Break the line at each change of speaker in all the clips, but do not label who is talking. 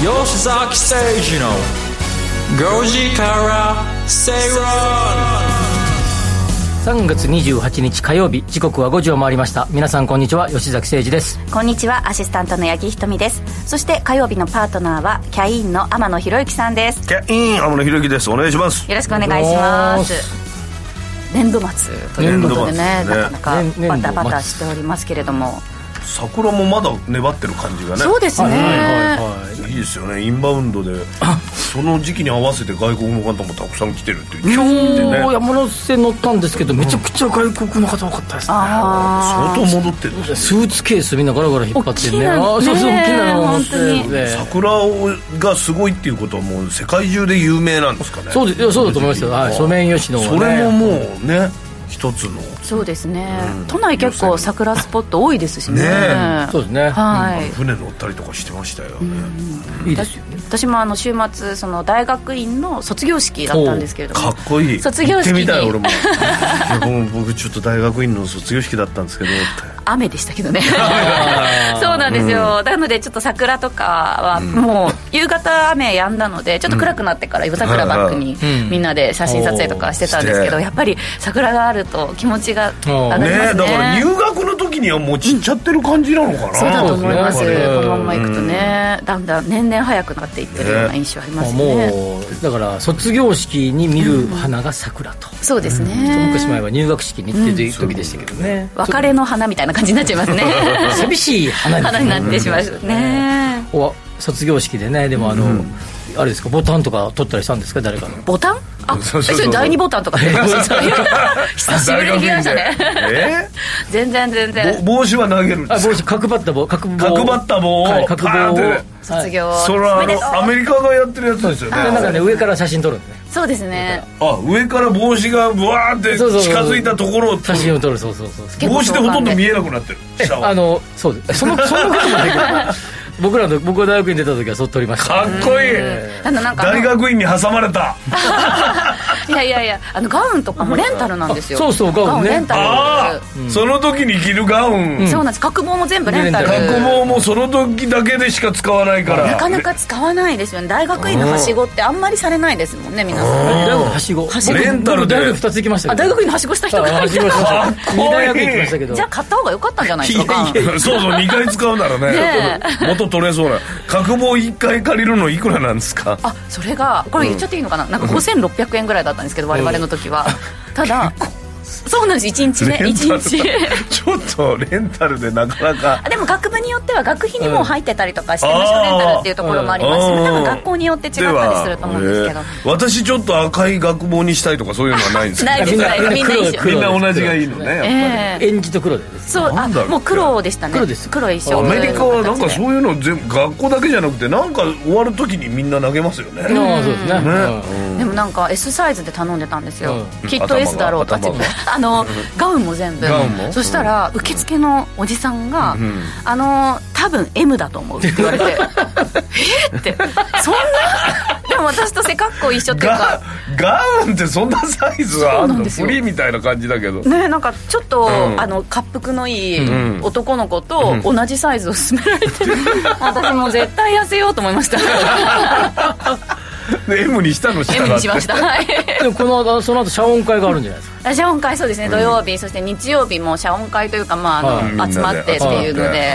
吉崎誠二の5時から正論
3月28日火曜日時刻は5時を回りました皆さんこんにちは吉崎誠二です
こんにちはアシスタントの八木ひとみですそして火曜日のパートナーはキャインの天野博之さんです
キャイン天野ひろゆきですお願いします
よろしくお願いします年度末ということでね
年度末ですね
なかな
年
かバタバ
年度
タ
末
しておりますけれども
桜もまだ粘ってる感じがね
そうですね、
いいですよねインバウンドでその時期に合わせて外国の方もたくさん来てるっていう
今日
ね
山手線乗ったんですけどめちゃくちゃ外国の方多かったですね、
あ
相当戻ってるんですよ
スーツケースみんなガラガラ引っ張って
大きい
ね
な
あーそうそう
ね
大きなの持っ
本当
て
に
ね
桜がすごいっていうことはもう世界中で有名なんですかね
そうですいやそうだと思いますよはいソメイヨシノは
そ
ね
れももうね一つの
そうですね、都内結構桜スポット多いですしね
ねえ
そうですね
はい、
船乗ったりとかしてましたよね
いいですよね
私もあの週末その大学院の卒業式だったんですけれども
かっこいい
卒業式に
行ってみたい俺もいやもう僕ちょっと大学院の卒業式だったんですけどって
雨でしたけど ねそうなんですよ、なのでちょっと桜とかはもう夕方雨やんだのでちょっと暗くなってから夜桜バックに
うん
みんなで写真撮影とかしてたんですけ
う
ど
ん
やっぱり桜があると気持ちが上がります
ね
ね
えだから入学の時にはもう散っちゃってる感じなのかな、
そうだと思います
そうですね
このまんまいくとねだんだん年々早くなっていってるような印象ありますよね
もうだから卒業式に見る花が桜と、
そうです
一
ね
昔前は入学式に行ってという時でしたけどね、
別れの花みたいな感じになっちゃいますね
寂しい花
花になってしまうね
お卒業式でねでもあの、あれですかボタンとか取ったりしたんですか誰かの
ボタンあ
そうそうそう
えそれ第二ボタンとかって 言いました 久しぶりに聞きましたね
え
全然全
ー
然
ぼ帽子は投げるんで
あ
す
帽子角張った棒角棒
角張った棒を
はい角
パーンっ
棒を
て
はい
卒業
それ
お
はあ
めでとう
のアメリカがやってるやつですよね
でなんかね上から写真撮るんでね
そうですね
あ上から帽子がぶわーって
そうそうそう
近づいたところを
写真を撮るそうそうそう
結構
帽子でほとんど見えなくなってる
え
下は
あのそうですそのそのこともできる僕らの僕が大学に出た時はそう撮りました
かっこいい
あのなんかあ
大
の
学院に挟まれた
いやいやいやあのガウンとかもレンタルなんですよ
あそうそうガウンね
レンタル
ああ、その時に着るガウン
そうなんです角棒も全部レンタル
レンタ
角棒もその時だけでしか使わないから
なかなか使わないですよね大学院のはしごってあんまりされないですもんね皆さん
大学のはしご
はしご
僕
レンタルで
僕大学2つ行きました
あ
よ
大学院のはしごした人
はい
が
はしごしました
かっこいい
二大学行きましたけど
じゃあ買った方が良かったんじゃないですかガウン
そうそう2回使うならね
ね
元取れそうな角棒1回借りるのいくらなんですか
あそれがこれ言っちゃっていいのかな,、なんか5600円ぐらいだったんですけど我々の時 は、ただそうなんです1日ね
レンタル
1日
ちょっとレンタルで なかなか
あでも学部によっては学費にも入ってたりとかして無償レンタルっていうところもありますし、
うん
多分学校によって違った
で
り
は
すると思うんですけど、
えー私ちょっと赤い学帽にしたいとかそういうのはないんですか
ないですないですみんな一緒
みんな同じがいいのねやっぱり、
ええ
演じと黒でです
そう
な
あ
んだろう
もう黒でしたね
黒です
衣装
アメリカはなんか
う
そういうの全部学校だけじゃなくてなんか終わる時にみんな投げますよね、
ああそうですね
ね
でもなんか S サイズで頼んでたんですよ、
うん
きっと
頭が
S だろうと
頭が
あのガウンも全部
ガウンも
そしたら受付のおじさんが「あの多分 M だと思う」って言われて 「えっ?」ってそんなでも私と背格好一緒っていう
ガ
か
ガウンってそんなサイズはあ
そ
ん
うなん
の
です
フ
よ
リーみたいな感じだけど
ね、なんかちょっと、
ん
あの滑覆のい
うん
い男の子と同じサイズを勧められて、 私もう絶対痩せようと思いました
で M にしたのした
M
ら
にしましたはい
でもこの後その後謝恩会があるんじゃないですか
ラジオ音会そうですね、土曜日そして日曜日も謝恩会というか、まああの
はい
集まってっていうので、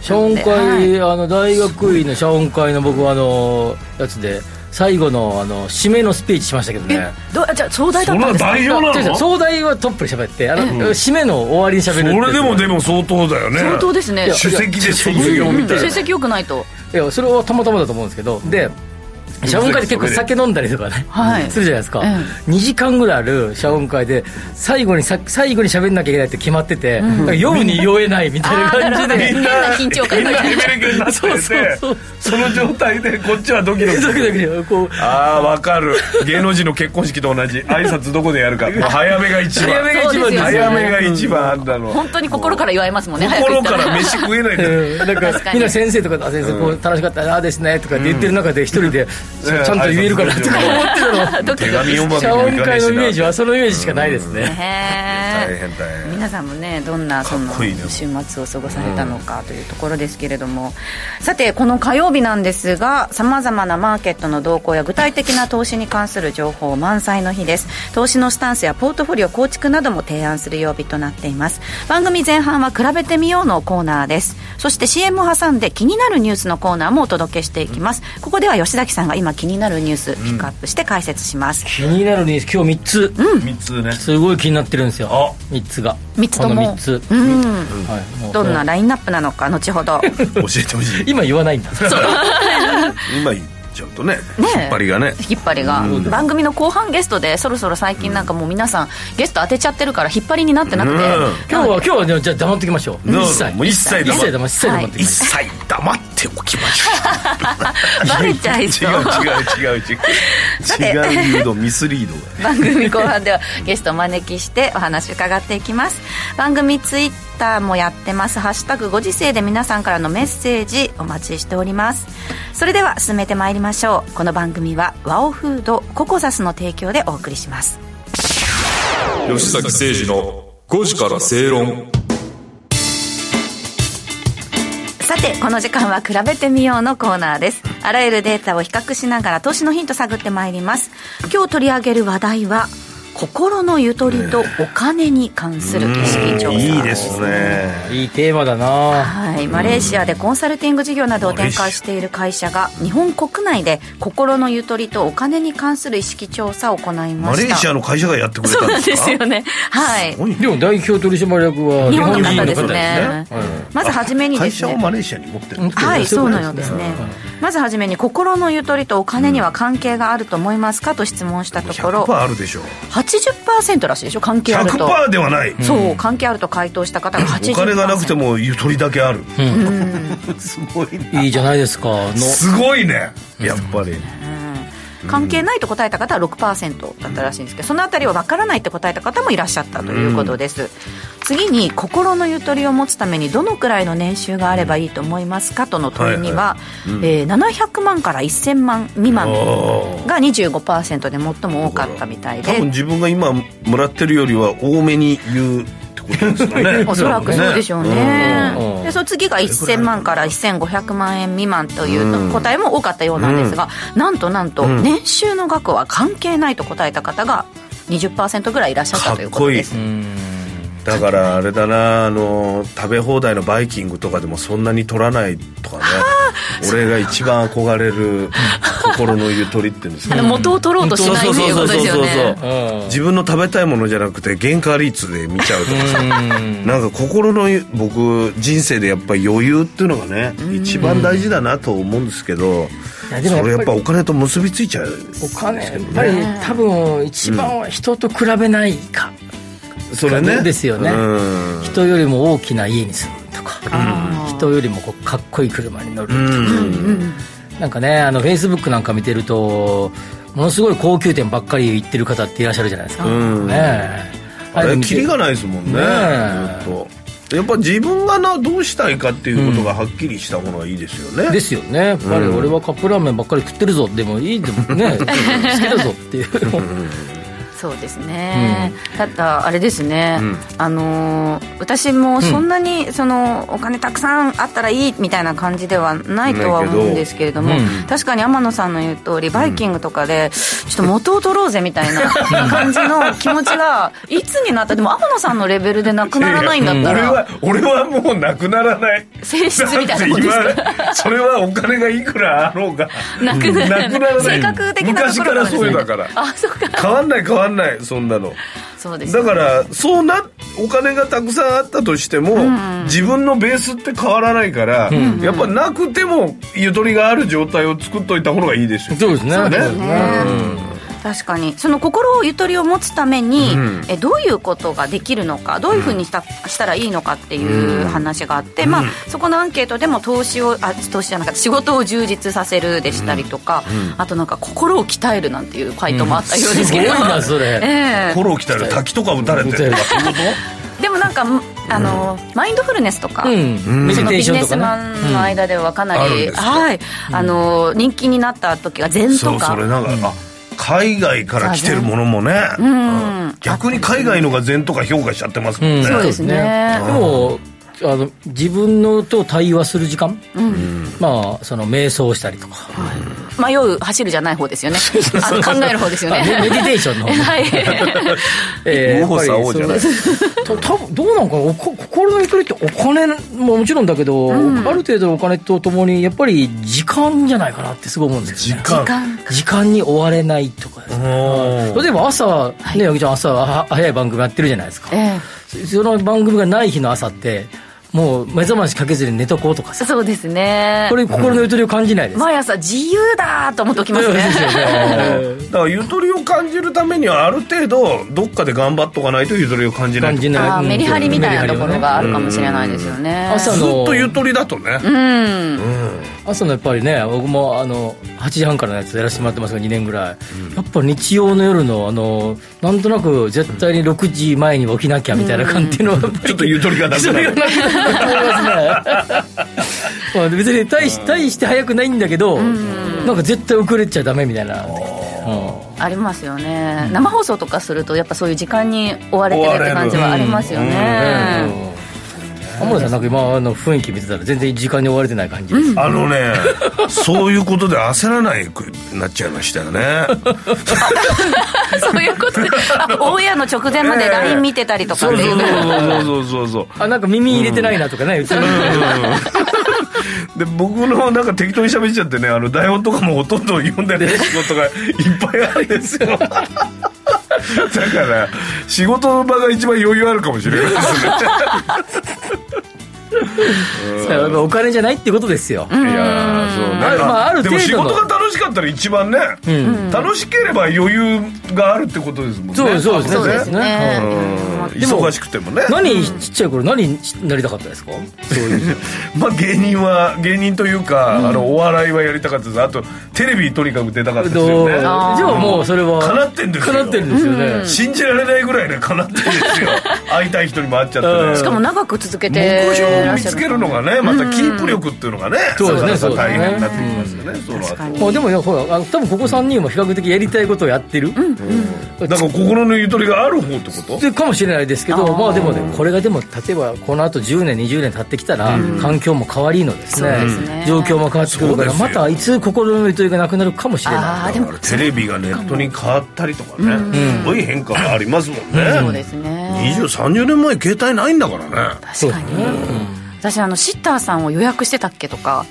謝恩会あの大学院の謝恩会の僕はあのやつで最後のあの締めのスピーチしましたけどね
どうじゃあ壮大だ
そ
った
んなん
ですか
代表なのそ
総題はトップで喋ってあの、締めの終わりに喋るっていう
れでもでも相当だよね
相当ですね
主席で卒業
うん
みたい
成
な
績良くないと
いやそれはたまたまだと思うんですけどで謝恩会で結構酒飲んだりとかね、
はい
するじゃないですか、
え
2時間ぐらいある謝恩会で最後にさ最後に喋んなきゃいけないって決まってて、だから夜に酔えないみたいな感じで、
変な緊張感
み
が
んなヘベレケになってて
そうそうそう
その状態でこっちはドキドキ
ドキドキでこう
ああわかる芸能人の結婚式と同じ挨拶どこでやるか早めが一番
早めが一番ですよね
早めが一番あんだの
本当に心から言われますもんね早く言
心
った
から飯食えないんだよ
うんなんか
確かに
みんな先生とかと「あ先生こう楽しかったなあですね」とかって言ってる中で一人で「ちゃんちゃんと言えるから」とか思ってたの
ドキ
手
ドキ
紙読まなきゃ
謝
い
恩
かな
会
い
の
し
イメージ
な
はそのイメージしかないですね、
へ
大変大変
皆さんもねどんなその
かっこいいね
週末を過ごされたのかというところですけれども、さてこの火曜日なんですがさまざまなマーケットの動向や具体的な投資に関する情報満載の日です投資のスタンスやポートフォリオ構築なども提案する曜日となっています番組前半は「比べてみよう」のコーナーですそして CM を挟んで気になるニュースのコーナーもお届けしていきます、ここでは吉崎さんが今気になるニュースピックアップして解説します、
気になるニュース今日3つ、
三つね
すごい気になってるんですよ
あ
3つが
三つとも
この3つ、
うん
はいもう
どんなラインナップなのか後ほど
教えてほしい
今言わないんだ
今言っちゃうとね
ねえ
引っ張りがね
引っ張りが番組の後半ゲストでそろそろ最近なんかもう皆さんゲスト当てちゃってるから引っ張りになってなくて、
うん
今日は今日はねじゃあ黙ってきましょう
なるほ
一
ど
切
もう一切
一
黙っ
切黙一切黙ってき
一
ましょ
切黙っておきまし
バレちゃい
ょ
そう
う違う違う違う違
さて
う違う誘導ミスリードが
番組後半ではゲストをお招きしてお話伺っていきます番組ツイッターもやってます「ハッシュタグご時世」で皆さんからのメッセージお待ちしておりますそれでは進めてまいりましょうこの番組はワオフードココザスの提供でお送りします
吉崎誠二の5時から正論
さてこの時間は「比べてみよう」のコーナーですあらゆるデータを比較しながら投資のヒント探ってまいります今日取り上げる話題は心のゆとりとお金に関する意識調査
いいですね
ういいテーマだな
はい、マレーシアでコンサルティング事業などを展開している会社が日本国内で心のゆとりとお金に関する意識調査を行いま
マ
した
レーシアの会社がやってくれ
そう
た
なん
んで
ですす
か
よねはい
すごいね
でも代表取締役は
日本の
人
方ですね
方ですね
まずはじめにで
会
す
社を
ね
マレーシアに持ってる
うん
はい、
そ
そうう
いうこ
の
と
よう
で
ですす
ね
ね。まずはじめに心のゆとりとお金には関係があると思いますかと質問したところ、
100%あるでしょう
80%らしいでしょ関係あると。
100%ではない
そう、関係あると回答した方が80%。
お金がなくてもゆとりだけある
うん。
すごい
い
ね
いじゃないですかの
すごいねやっぱり
関係ないと答えた方は6%だったらしいんですけどそのあたりは分からないって答えた方もいらっしゃったということです、次に心のゆとりを持つためにどのくらいの年収があればいいと思いますかとの問いには、えー700万から1000万未満が25%で最も多かったみたい
多分
で
自分が今もらってるよりは多めに言うってことですよね
おそらくそうでしょうね
うん
でその次が1000万から1500万円未満という答えも多かったようなんですが、なんとなんと
ん
年収の額は関係ないと答えた方が20%ぐらいいらっしゃったということです
かっこいいだからあれだなあの食べ放題のバイキングとかでもそんなに取らないとかね俺が一番憧れる心のゆとりって言うんですか
あの元を取ろうとしないっていうことですよ
そうそうそうそう
ね
そう
うん
自分の食べたいものじゃなくて原価率で見ちゃうとかさ
うん
なんか心のゆ僕人生でやっぱり余裕っていうのがね一番大事だなと思うんですけど
いやでも
そ
やっぱり
れやっぱお金と結びついちゃう
お金やっぱり多分一番は人と比べないか
それね
ですよね
うん
人よりも大きな家に住むとか人よりもこうかっこいい車に乗る
うん
なんかねあのフェイスブックなんか見てるとものすごい高級店ばっかり行ってる方っていらっしゃるじゃないですか
うん
ねえ
あ
あ
れ
見て
キリがないですもんね
ねえ
ずっとやっぱ自分がなどうしたいかっていうことがはっきりした方がいいですよね、
ですよねやっぱり俺はカップラーメンばっかり食ってるぞでもいいで もね好きだぞっていう
そうですね、ただあれですね、あのー私もそんなにそのお金たくさんあったらいいみたいな感じではないとは
ないけ
思う
ど
んですけれども、
うん
確かに天野さんの言う通りバイキングとかでちょっと元を取ろうぜみたいな感じの気持ちがいつになったでも天野さんのレベルでなくならないんだった
俺
ら
は俺はもうなくならない
性質みたいなことですか
だって今それはお金がいくらあろうが
なくならない
く ならない
性格的なと
昔
こ
か
ろ
ら
です
そうだから
あそうか
変わんない変わんないそんなの
そうですね
だからそうなお金がたくさんあったとしても、自分のベースって変わらないから、やっぱなくてもゆとりがある状態を作っといた方がいいですよ
そうですね
そうです
ね確かにその心をゆとりを持つために、えどういうことができるのかどういうふうにした,、したらいいのかっていう話があって、まあ、そこのアンケートでも投資をあ投資じゃなかった仕事を充実させるでしたりとか、あとなんか心を鍛えるなんていう回答もあったようです
すご
け
い
ど、
なそれ
ええ
心を鍛える滝とか打たれてるとかそういうこと
でもなんかむあの、マインドフルネスとか、
うんメ
そ
ディ
の
テ
ビ
ーシ
ジ
ョン
ネ
と
ス
かね
マンの間ではかな
うんあるん
り、
ですか
はいあの人気になった時が禅とか
そうそれなんか、あ海外から来てるものもね、うん逆に海外のが善とか評価しちゃってますもんね、
そうですね
でもあの自分のと対話する時間、まあその瞑想したりとか、
迷う走るじゃない方ですよねあの考える方ですよね
あメメディテーションの方
はい
え
右往左往じゃない
た多分どうなんかなおこ心のゆとりってお金ももちろんだけど、ある程度のお金とともにやっぱり時間じゃないかなってすごい思うんです
時
よね
間
時間に追われないとかですね
うん
例えば朝ね八木ちゃん朝は早い番組やってるじゃないですか
え
その番組がない日の朝ってもう目覚ましかけずに寝とこうとか
え
さ
そうですね
これ心のゆとりを感じないですか、
毎朝自由だと思っておきますね
ですよね
だからゆとりを感じるためにはある程度どっかで頑張っとかないとゆとりを感じない
感じ
い
ない
あーメリハリみたいなところがあ
メ
るかもしれないですよね
朝
ずっと
の
ゆとりだとね、
うん
リハリをね朝のやっぱりね僕もあの8時半からのやつやらせてもらってますが2年ぐらい、やっぱ日曜の夜のあのなんとなく絶対に6時前に起きなきゃみたいな感じ の、やっぱ
ちょ
り
っとゆとりがなく
そ
な
れが
る
なくなり ますねまあ別に大し大して早くないんだけど、なんか絶対遅れちゃダメみたいな、うん
ありますよね、生放送とかするとやっぱそういう時間に追われてるって感じはありますよね
天野さんなんか今あの雰囲気見てたら全然時間に追われてない感じです、
あのねそういうことで焦らないくなっちゃいましたよね
そういうことであオンエアの直前まで LINE 見てたりとかっ
そう
てい
そうう
ね
そうそうそうそう
あなんか耳入れてないなとかね、うちの
で僕のなんか適当に喋っちゃってねあの台本とかもほとんど読んでない仕事がいっぱいあるんで すよだから仕事の場が一番余裕あるかもしれないですね
やっぱお金じゃないってことですよ、
いやーそうなんか、
まあある
で
程度
も
の
仕事が楽しかったら一番ね、楽しければ余裕があるってことですもんね
そうそうですね
そうですね
うん
うん
も
忙しくてもね
何ちっちゃい頃何になりたかったですかそういう
まあ芸人は芸人というか、あのお笑いはやりたかったですあとテレビとにかく出たかったです
ど
よ
う
ね
じゃあもうそれは
叶ってんですよ
叶ってるんですよね、
信じられないぐらいね叶ってるんですよ 会いたい人にも会っちゃって
うん
ね
しかも長く続けて
目標を
らっ
見
しゃ
つ
る
けるのがねまたキープ力っていうのがね
そうですね
なかなか大変にな
そ
っ
う
てきますよねその後
確か
もう
に
でもねほらあの多分ここ3人も比較的やりたいことをやってる、
だから心のゆとりがある方ってこと
でかもしれないですけど
あー
まあでもねこれがでも例えばこのあと10年20年経ってきたら、環境も変わりのですね
そうですね
状況も変わってくるから
そう
ま
ですよ
たいつ心のゆとりがなくなるかもしれ
あ
な
あでも
テレビがネットに変わったりとかね、すごい変化がありますもん
そう
ね、
ですね
2030年前携帯ないんだからね
確かに、私あのシッターさんを予約してたっけとか、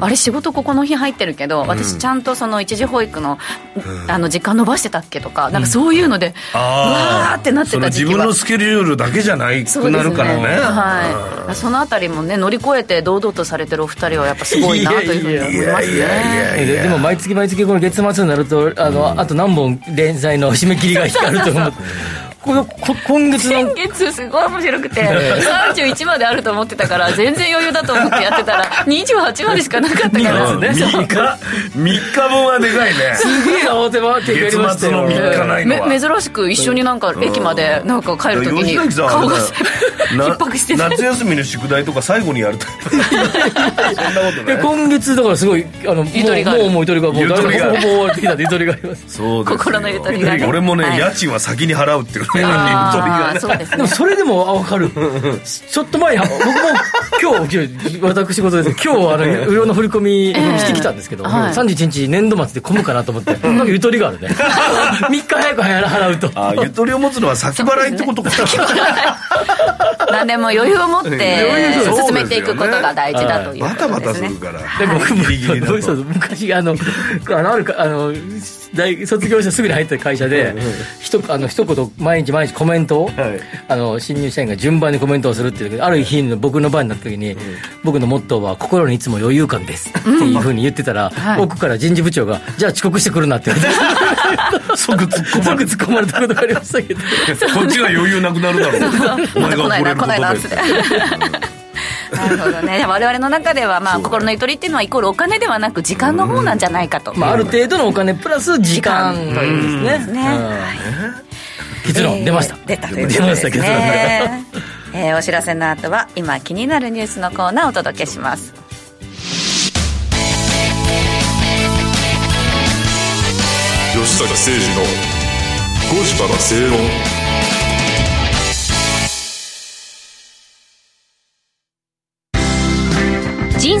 あれ仕事ここの日入ってるけど私ちゃんとその一時保育の,、あの時間延ばしてたっけとかなんかそういうので、うわーってなって
その
た
自
時期
分
は
のスケジュールだけじゃない
そ
く
うです
なる
ね
からね
はい、そのあたりもね乗り越えて堂々とされてるお二人はやっぱすごいなというふうに思い ます
いやいやい
ね
や
いででも毎月毎月この月末になるとあの、あと何本連載の締め切りが光る と思ってこのこ今 月の
先月すごい面白くて31まであると思ってたから全然余裕だと思ってやってたら28までしかなかったから
3日3日分はでかいね
すげえ慌てまってやりました
月末
よ
の3日ないのは
め珍しく一緒になんか駅までなんか帰るときに
吉崎さん
顔が
あれだよ
逼迫して
な
た
夏休みの宿題とか最後にやると そんなことない
いや今月だからすごいあのもう
ゆとりがある
もうもうゆとりがもうだ
ゆ
いぶ
とりがあ
ほ
る
ぼ終わってきたんでゆとりがあります
そうですよ
心のゆとりがね
俺もね、
はい
家賃は先に払うっていうねゆとりが
あ
ね
ーそうです
でも
ね
それでもあ分かるちょっと前に僕も今日私事です今日あの無料の振り込みしてきたんですけど、
ええはい
31日年度末で混むかなと思って、なんかゆとりがあるね 3日早く払うと
あーゆとりを持つのは先払いってことか
何でも余裕を持って
裕そうですよね
進めていくことが大事だという
バ
こ
タ
と
バ
で
タ
す
す
ね
るから
で僕も
ギリギリだ
そうそう
と
昔あのあのあるかあの大卒業してすぐに入った会社でひとあの一言毎日毎日コメントを、
はい
あの新入社員が順番にコメントをするっていうある日の僕の番になった時に、僕のモットーは「心にいつも余裕感です」っていうふうに言ってたら、
はい
奥から人事部長が「じゃあ遅刻してくるな」って言われて 即突っ込まれ突っ込まれたことがありましたけど
こっちが余裕なくなるだろうお
また
前が
来ない
怒れ
な
るこ
来ないなっ
と
つっ
で
てなるほどね我々の中では、まあ、心のゆとりっていうのはイコールお金ではなく時間の方なんじゃないかと、
まあある程度のお金プラス時間というですね
ね
うん結論出ました
えー出たという
出
こと
ま
で
し
す
た結論
ね、えーお知らせの後は今気になるニュースのコーナーをお届けします
吉
坂誠二の5時から正論
人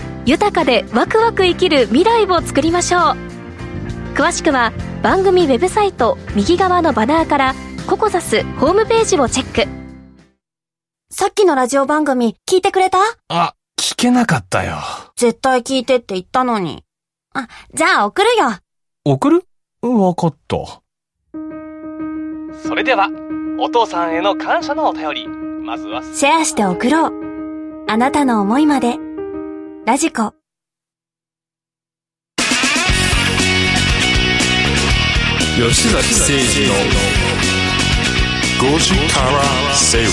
豊かでワクワク生きる未来を作りましょう詳しくは番組ウェブサイト右側のバナーからココザスホームページをチェック
さっきのラジオ番組聞いてくれた
あ、聞けなかったよ。
絶対聞いてって言ったのに。あ、じゃあ送るよ。
送るわかった。
それではお父さんへの感謝のお便りまずは
シェアして送ろう。あなたの思いまで。ラジコ。
吉崎誠二の5時から正論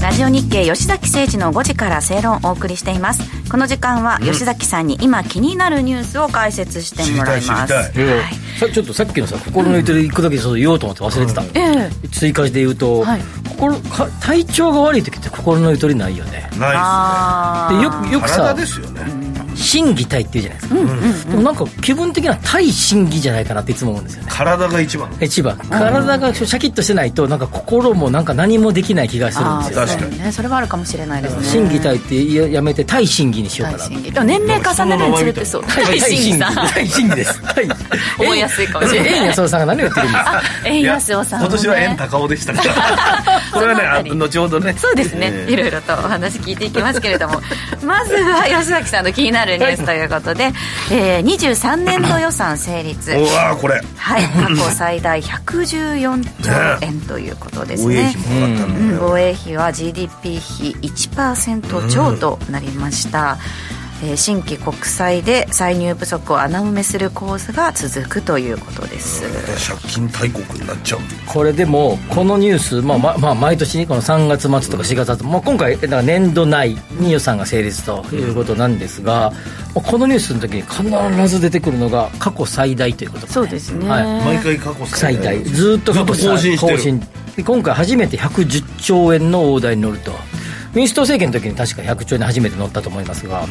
ラジオ日経吉崎誠二の5時から正論をお送りしていますこの時間は吉崎さんに今気になるニュースを解説してもらいます
知りたい知
いやさちょっとさっきのさ心のゆとり一個だけそう言おうと思って忘れてた、
ええ
追加で言うと、
はい
心か体調が悪い時って心のゆとりないよね
な
あ
で
あ
よくよ
い
く
ですね体
さ
ですよね
心技体って言うじゃないですか、でもなんか気分的には対心技じゃないかなっていつも思うんですよね
体が一番
一番体がシャキッとしてないとなんか心もなんか何もできない気がするんですよ
あー
確かに
そうねそれはあるかもしれないですね
心技体ってややめて対心技にしよう
大
かな
審議でも年齢重ねるにつれてそう大審議さん
対心技です対
覚えやすいかもしれない
円安さんが何を言ってるんですか
円安をさん
今
もね
年は円高尾でしたから これはねあ後ほどね
そうですね、
えー
いろいろとお話聞いていきますけれども まずは吉崎さんの気になるニュースということで、えー、23年度予算成立
うわーこれ
はい、過去最大114兆円ということです
防衛
ね
費。も上がったんだ
うん防衛費は GDP 比1%超となりました、えー新規国債で歳入不足を穴埋めする構図が続くということです、
借金大国になっちゃう
これでもこのニュース、まあままあ、毎年ねこの3月末とか4月末、まあ、今回だから年度内に予算が成立ということなんですが、まあこのニュースの時に必ず出てくるのが過去最大ということ
そうですね、
はい
毎回過去
最
最
大
大
ずーっと過去
ずっと更新してる
で今回初めて110兆円の大台に乗ると民主党政権の時に確か100兆円に初めて乗ったと思いますが、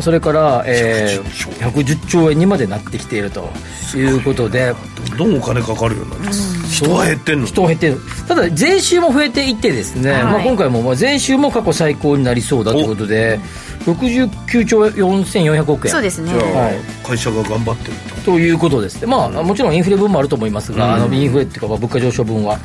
それから、えー110兆円にまでなってきているということで
どんどんお金かかるようになってます人は減ってんの
人は減ってるただ税収も増えていってですね、
はい
まあ、今回もまあ税収も過去最高になりそうだということで69兆4400億円
そうですね
はい
会社が頑張ってる
ということですね、まあ、もちろんインフレ分もあると思いますが、あのインフレっていうか、まあ物価上昇分は、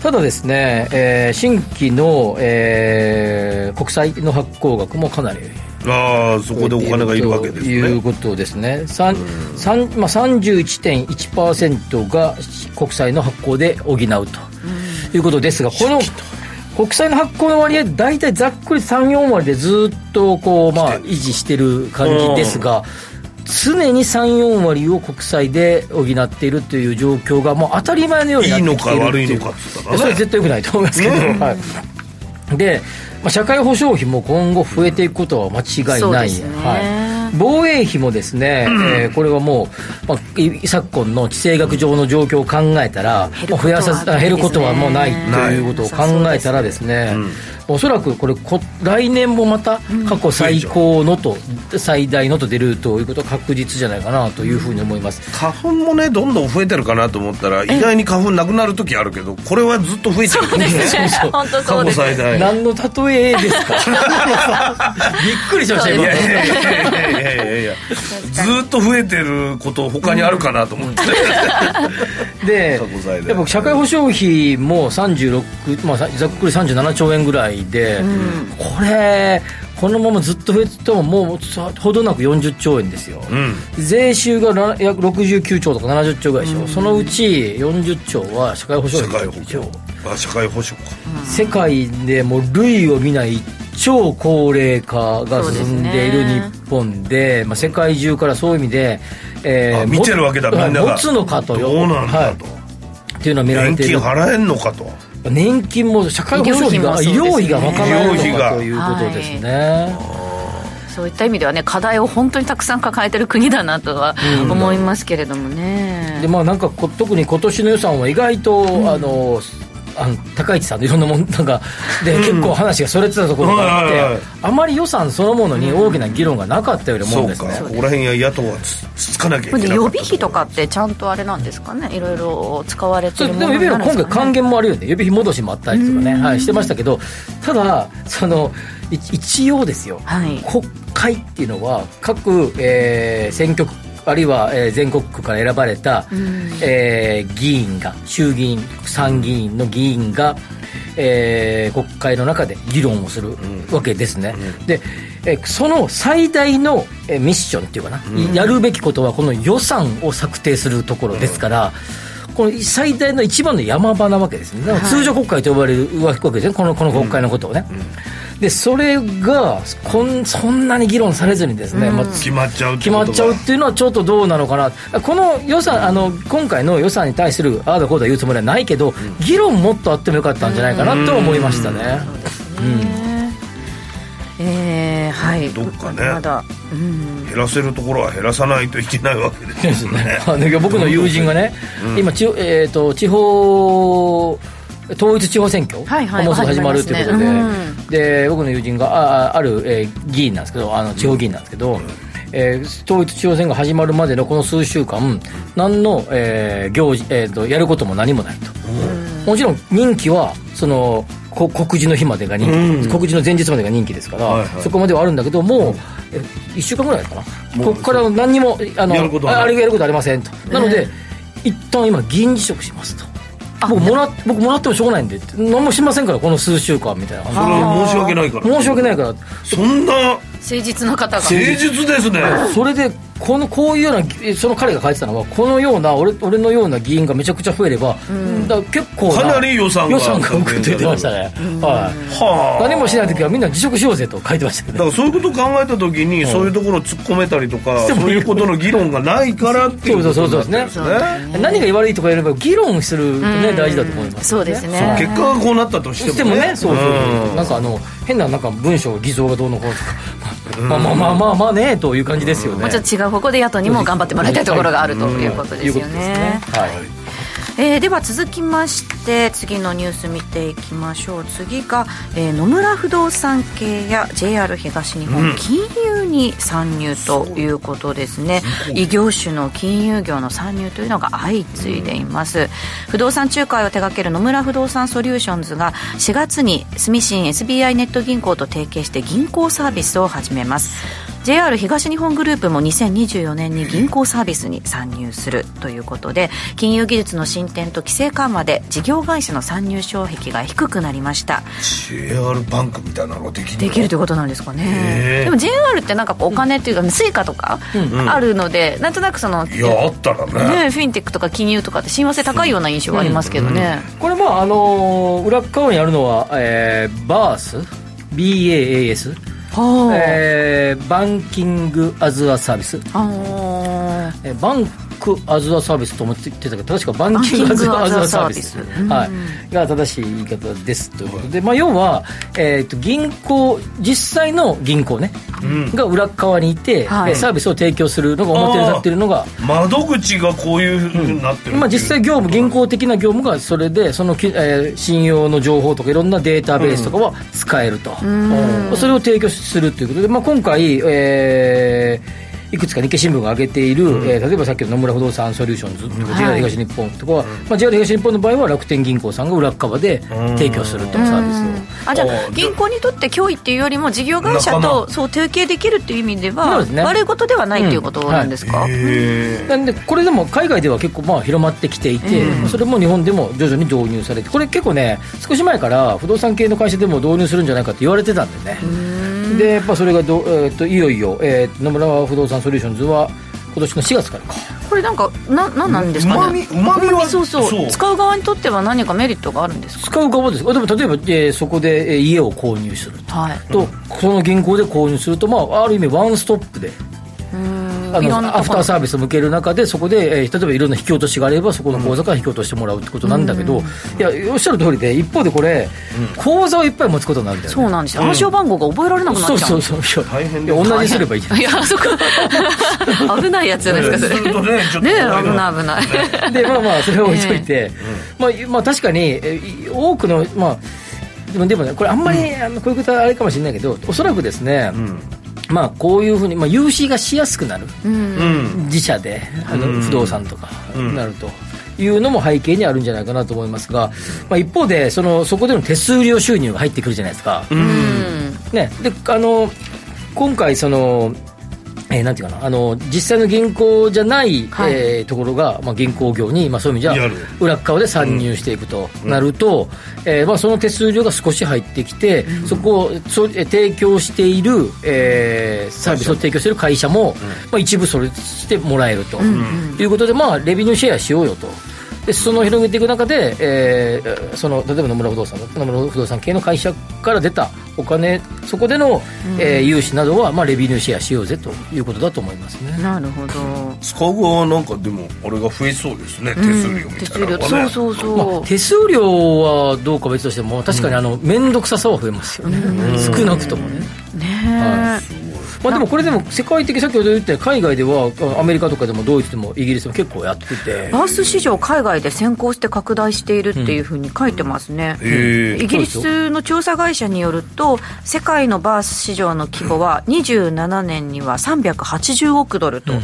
ただですね、えー新規の、えー国債の発行額もかなり
とああそこでお金がいるわけです
という
ね
ことですね、さんさんまあ、31.1%が国債の発行で補うということですが、この国債の発行の割合、大体ざっくり3、4割でずっとこう、まあ、維持してる感じですが、常に3、4割を国債で補っているという状況が、もう当たり前のようになってきているって
いいのか悪いのかっつったらね
それは絶対良くないと思いますけど。はいで、まあ、社会保障費も今後増えていくことは間違い
そう
な
で
い、
すね
はい、防衛費もですね、えーこれはもう、まあ、い昨今の地政学上の状況を考えたら、まあ増やさず減
減
る
る
こ
ことと
は
は
もうな
ない
い
です
と
ね
いうことを考えたらですね、おそらくこれこ来年もまた過去最高のと、最大のと出るということは確実じゃないかなというふうに思います。
花粉もねどんどん増えてるかなと思ったら意外に花粉なくなる時あるけどこれはずっと増えてる
そうそう本当そう
過
で
去
す
最大いや
何の例えですか びっくりしました
い
今
やいやいやいやいやずっと増えてること他にあるかなと思って
で
過去最大
やっぱ社会保障費も36、まあ、ざざっくり37兆円ぐらいで、これこのままずっと増えててももうさほどなく40兆円ですよ、
ん
税収がな約69兆とか70兆ぐらいでしょ、そのうち40兆は社会保
社
障
会
費
保険あ社会保障か
世界でもう類を見ない超高齢化が進んでいる日本で、まあ、世界中からそういう意味で、え
あ見てるわけだ
も
みんなが
持つのかと
どうなん
は
だ
い
と、
っていうのは見られ
年
てい
金
る
払えんのかと
年金も社会保障費が
医
医
療
療
費
費
も
が
そう
賄
ですね
えるのか
療費が
医
ということですね、
そういった意味ではね課題を本当にたくさん抱えてる国だなとは思いますけれどもね
でまあなんかこ特に今年の予算は意外と、あのあの高市さんのいろんなもんな んかで、結構話がそれてたところがあって、
はいはいはい
あまり予算そのものに大きな議論がなかったようなも
そ
ん
う
です
か
ね
ここら辺や野党はつつつかなきゃいけない
で予備費とかってちゃんとあれなんですかねいろいろ使われ
そ
て
う
る
で
も
も
の
予
なんで
備
す
費
か、ね、
は今回還元もあるよね予備費戻しもあったりとかね、はい、してましたけどただそのい一応ですよ、
はい
国会っていうのは各、えー選挙区あるいは、えー全国区から選ばれた、えー議員が衆議院参議院の議員が、えー国会の中で議論をするわけですね、で、えーその最大の、えーミッションっていうかな、やるべきことはこの予算を策定するところですから、この最大の一番の山場なわけですね、だから通常国会と呼ばれるわけですねこのこの国会のことをね、でそれがこんそんなに議論されずにですね、まあ
決まっちゃうって
決
こと
ま
が
っちゃうっていうのはちょっとどうなのかなこの予算あの今回の予算に対するああだこうだ言うつもりはないけど、議論もっとあってもよかったんじゃないかなと思いましたね、
えーはい
どっかね
まだ
減らせるところは減らさないといけないわけです
ですね。 あの僕の友人がね、今地,、えー、と地方統一地方選挙、
はいはい
もうすぐ始まるということで、
始まり
で僕の友人がああある、えー議員なんですけど、あの地方議員なんですけど。えー統一地方選が始まるまでのこの数週間、何の、えー行事、えーと、やることも何もないと、もちろん任期はそのこ告示の日までが任期、告示の前日までが任期ですから、
はいはい
そこまではあるんだけど、もうえ1週間ぐらいかな、ここから何にもあの
やることはない
ああれやることありませんと、なので一旦今議員辞職しますと僕もら僕もらってもしょうがないんでって何もしませんからこの数週間みたいな
それ
感
は申し訳ないから
じで申し訳ないから
そんな
誠実な方が
誠実ですね
それでこのこういうようなその彼が書いてたのはこのような俺俺のような議員がめちゃくちゃ増えれば、だから結構
かなり予算が
予算が送っててましたね、はい
はあ
何もしない時はみんな辞職しようぜと書いてましたけ
だ
ど
からそういうことを考えた時にそういうところを突っ込めたりとか
で
そ
も
ういうことの議論がないからっていう
そ
こ
うそ
と
う
に
そ
な
う
ってるん
で
ですす
ね
ね
何が悪いとかやれば議論するね大事だと思います
そうですね
結果がこうなったとしてもね
してもね、そうそうそうう、
ん
なんかあの変ななんか文章偽造がどうのこうのとか、まあまあまあまあまあねという感じですよね。
もうちょっと違う方向で野党にも頑張ってもらいたいところがあるということですよね。
はい。
えーでは続きまして次のニュース見ていきましょう次が、えー野村不動産系や JR 東日本金融に参入ということですね、異業種の金融業の参入というのが相次いでいます、不動産仲介を手掛ける野村不動産ソリューションズが4月に住信 SBI ネット銀行と提携して銀行サービスを始めます JR 東日本グループも2024年に銀行サービスに参入するということで金融技術の進展と規制緩和で事業会社の参入障壁が低くなりました
JR バンクみたいなのができるの
できるということなんですか
へ
ね
え
でも JR ってなんかこうお金っていうか、スイカとかあるので、なんとなくその
いやあったらね
ね、フィンテックとか金融とかって親和性高いような印象がありますけどね、
これまああのー裏側にあるのは、えー、バース BAAS、
はあ
えー、バンキングアズアサービス、
あ
えーバンクアズアサービスと思って言ってたけど確かバンキングアズアサービス
バンキングアズアサー
はい、が正しい言い方ですということで、まあ、要は、えー、と銀行実際の銀行ね、が裏側にいて、
はい
えーサービスを提供するのが表に立ってるのが
窓口がこういうふうになってる
まあ、実際業務銀行的な業務がそれでそのき、えー信用の情報とかいろんなデータベースとかは使えると、うんそれを提供するということで、まあ、今回、えーいくつか日経新聞が挙げている、えー例えばさっきの野村不動産ソリューションズとか、JR 東日本とかは、まあ、JR 東日本の場合は楽天銀行さんが裏っ側で提供するというサービスを。
あじゃあ
あ
銀行にとって脅威っていうよりも事業会社
仲
とそう提携できるっていう意味で
そう
は
ですね
悪いことではないっていうことなんですか、
なんでこれでも海外では結構まあ広まってきていて、それも日本でも徐々に導入されてこれ結構ね少し前から不動産系の会社でも導入するんじゃないかって言われてたんだよねでやっぱそれがど、えー、といよいよ、えー野村不動産ソリューションズは今年の4月からか
これなんかななんなんです
うま
か
み
ね
うまみは
そうそう
そう
使う側にとっては何かメリットがあるんですか
使う側ですでも例えば、えーそこでえー家を購入する
はい
と、その銀行で購入すると、まあ、ある意味ワンストップで
うーん
あ
いろん
の
な
ア
と
フ
こ
タ
ろ
ーサービスを向ける中でそこで、えー例えばいろんな引き落としがあればそこの口座から引き落としてもらうってことなんだけど、いやおっしゃる通りで一方でこれ、口座をいっぱい持つことになるんだよ
そ
ね
うなんですよ暗証番号が覚えられなくなっちゃう
そうそうそう
大変
い
だ
や
よ
同じにすればいいじゃん
いやそこ危ないやつじゃないですかそ
す
れ
るとねちょっと
ねえ危
怖い
ない危ない
でま あまあそれは置いといて、まあ、まあ確かにえい多くのまあでもでもねこれあんまり、あのこういうことはあれかもしれないけどおそらくですね、まあこういうふうに、まあ、融資がしやすくなる
うん
自社であの、
うん
不動産とか
ん
なると。いうのも背景にあるんじゃないかなと思いますが、まあ、一方でそのそこでの手数料収入が入ってくるじゃないですか、ね、であの今回その、えーなんていうかなあの実際の銀行じゃない、
はい
えーところが、まあ、銀行業に、まあ、そういう意味じ
や
ゃ
る
裏っ側で参入していくとなると、えーまあ、その手数料が少し入ってきて、そこをそえー提供している、えーサービスを提供している会社も、まあ、一部それしてもらえると、いうことで、まあ、レビニューシェアしようよと。でその広げていく中で、えーその例えば野村不動産の野村不動産系の会社から出たお金そこでの、えー融資などは、まあ、レビニューシェアしようぜということだと思いますね。
なるほど
使う側はなんかでもあれが増えそうですね手数料み
手
た
数
いな
料
のがね
そうそう
ま
そ
あ、手数料はどうか別としても確かにあの面倒くささは増えますよね、少なくともね、
うねえ
まあ、でもこれでも世界的先ほど言ったように海外ではあアメリカとかでもドイツでもイギリスでも結構やってて
バース市場海外で先行して拡大しているっていうふうに書いてますね、
へえ
イギリスの調査会社によると世界のバース市場の規模は27年には380億ドルと、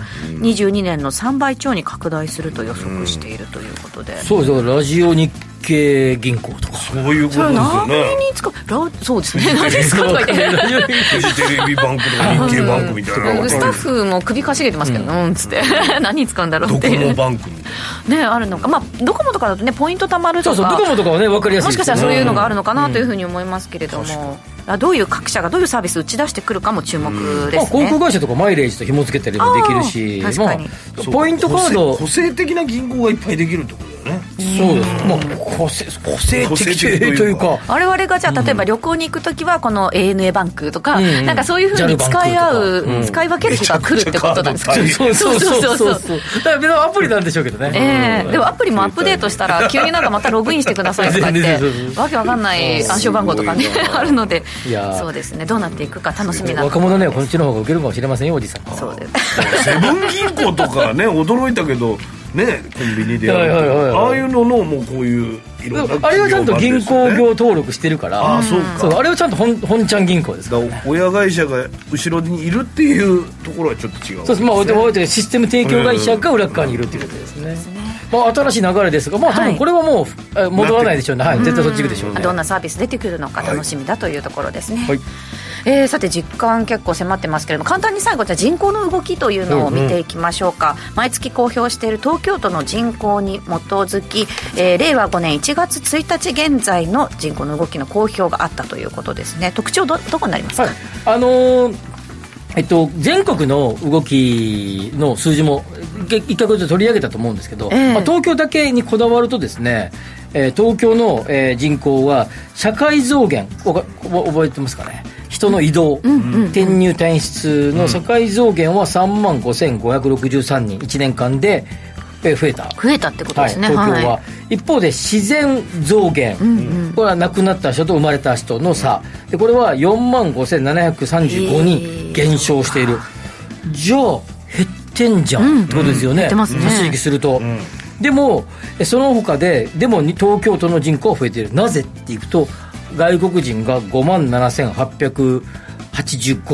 22年の3倍超に拡大すると予測しているということで、
そうですだからラジオ日経銀行とか
そういうこと
それ
ですよ
何
ね
に使うラそうですね何ですかとか言って
フジテレビバンクとか日経バンクみたいなのが
スタッフも首かしげてますけどうん、つって 何に使うんだろう
ド
って
コ
い
モ
う
バンクみたいな
ねあるのかまあドコモとかだとねポイント貯まると
そう
か
そうドコモとかはね分かりやすい
もしかしたら
です
そう
よね
いうのがあるのかなというふうに思いますけれども、あどういう各社がどういうサービス打ち出してくるかも注目で
まあ、
すね、
航空会社とかマイレージと紐付けたりもできるし
あー確かに
まあ、ポイントカード
個性個性的な銀行がいっぱいできるってことだよね
そうです、まあ、個性個性
個性
的
的
というか
我々がじゃあ例えば旅行に行く時はこの ANA バンクとか、
うん
なんかそういうふうに
JAL バンクと
使
か
い合う、使い分ける人が来るってことなんですか
め
ね
ちゃ
そうそうそうそう
そうそう
そうだから別のアプリなんでしょうけどね、
ええでもアプリもアップデートしたら急になんかまたログインしてくださいとか言っ
全然全然全
てわけわかんない暗証番号とかね あるので
いやー
そうですねどうなっていくか楽しみなとこ
若
ろ
者に
で
はこっちの方がウケるかもしれませんよおじさん
そうです
セブン銀行とか ね驚いたけどねコンビニでやると
はいはいはいはい
ああいうののもうこういういろんな
あれはちゃんと銀行業
企
登録してるから
ああそうか
そうあれはちゃんと本本ちゃん銀行ですから
版ですねだから親会社が後ろにいるっていうところはちょっと違う
そうですまあおいておいてシステム提供会社が裏っ側にいるということですね、まあ、新しい流れですが、まあ、多
は
分
い
これはもう、えー戻らないでしょうね、はい、絶対そっち行くでしょうね
どんなサービス出てくるのか楽しみだというところですね、
はい
えーさて実感結構迫ってますけれども簡単に最後じゃあ人口の動きというのを見ていきましょうか、毎月公表している東京都の人口に基づき、えー令和5年1月1日現在の人口の動きの公表があったということですね特徴どどこになりますか、
はい、あのーえっと、全国の動きの数字もげ一回これで取り上げたと思うんですけど、
ええ
まあ、東京だけにこだわるとですね、えー東京の、えー人口は社会増減おかお覚えてますかね人の移動、転入転出の社会増減は3万5563人1年間で、えー増えた
増えたってことですね、
はい、東京は、
い
一方で自然増減、これは亡くなった人と生まれた人の差でこれは4万5735人減少している、じゃあ減ってんじゃん、ってことですよね,、
ってますね
差し引きすると、でもえその他ででもに東京都の人口は増えているなぜっていくと外国人が5万7885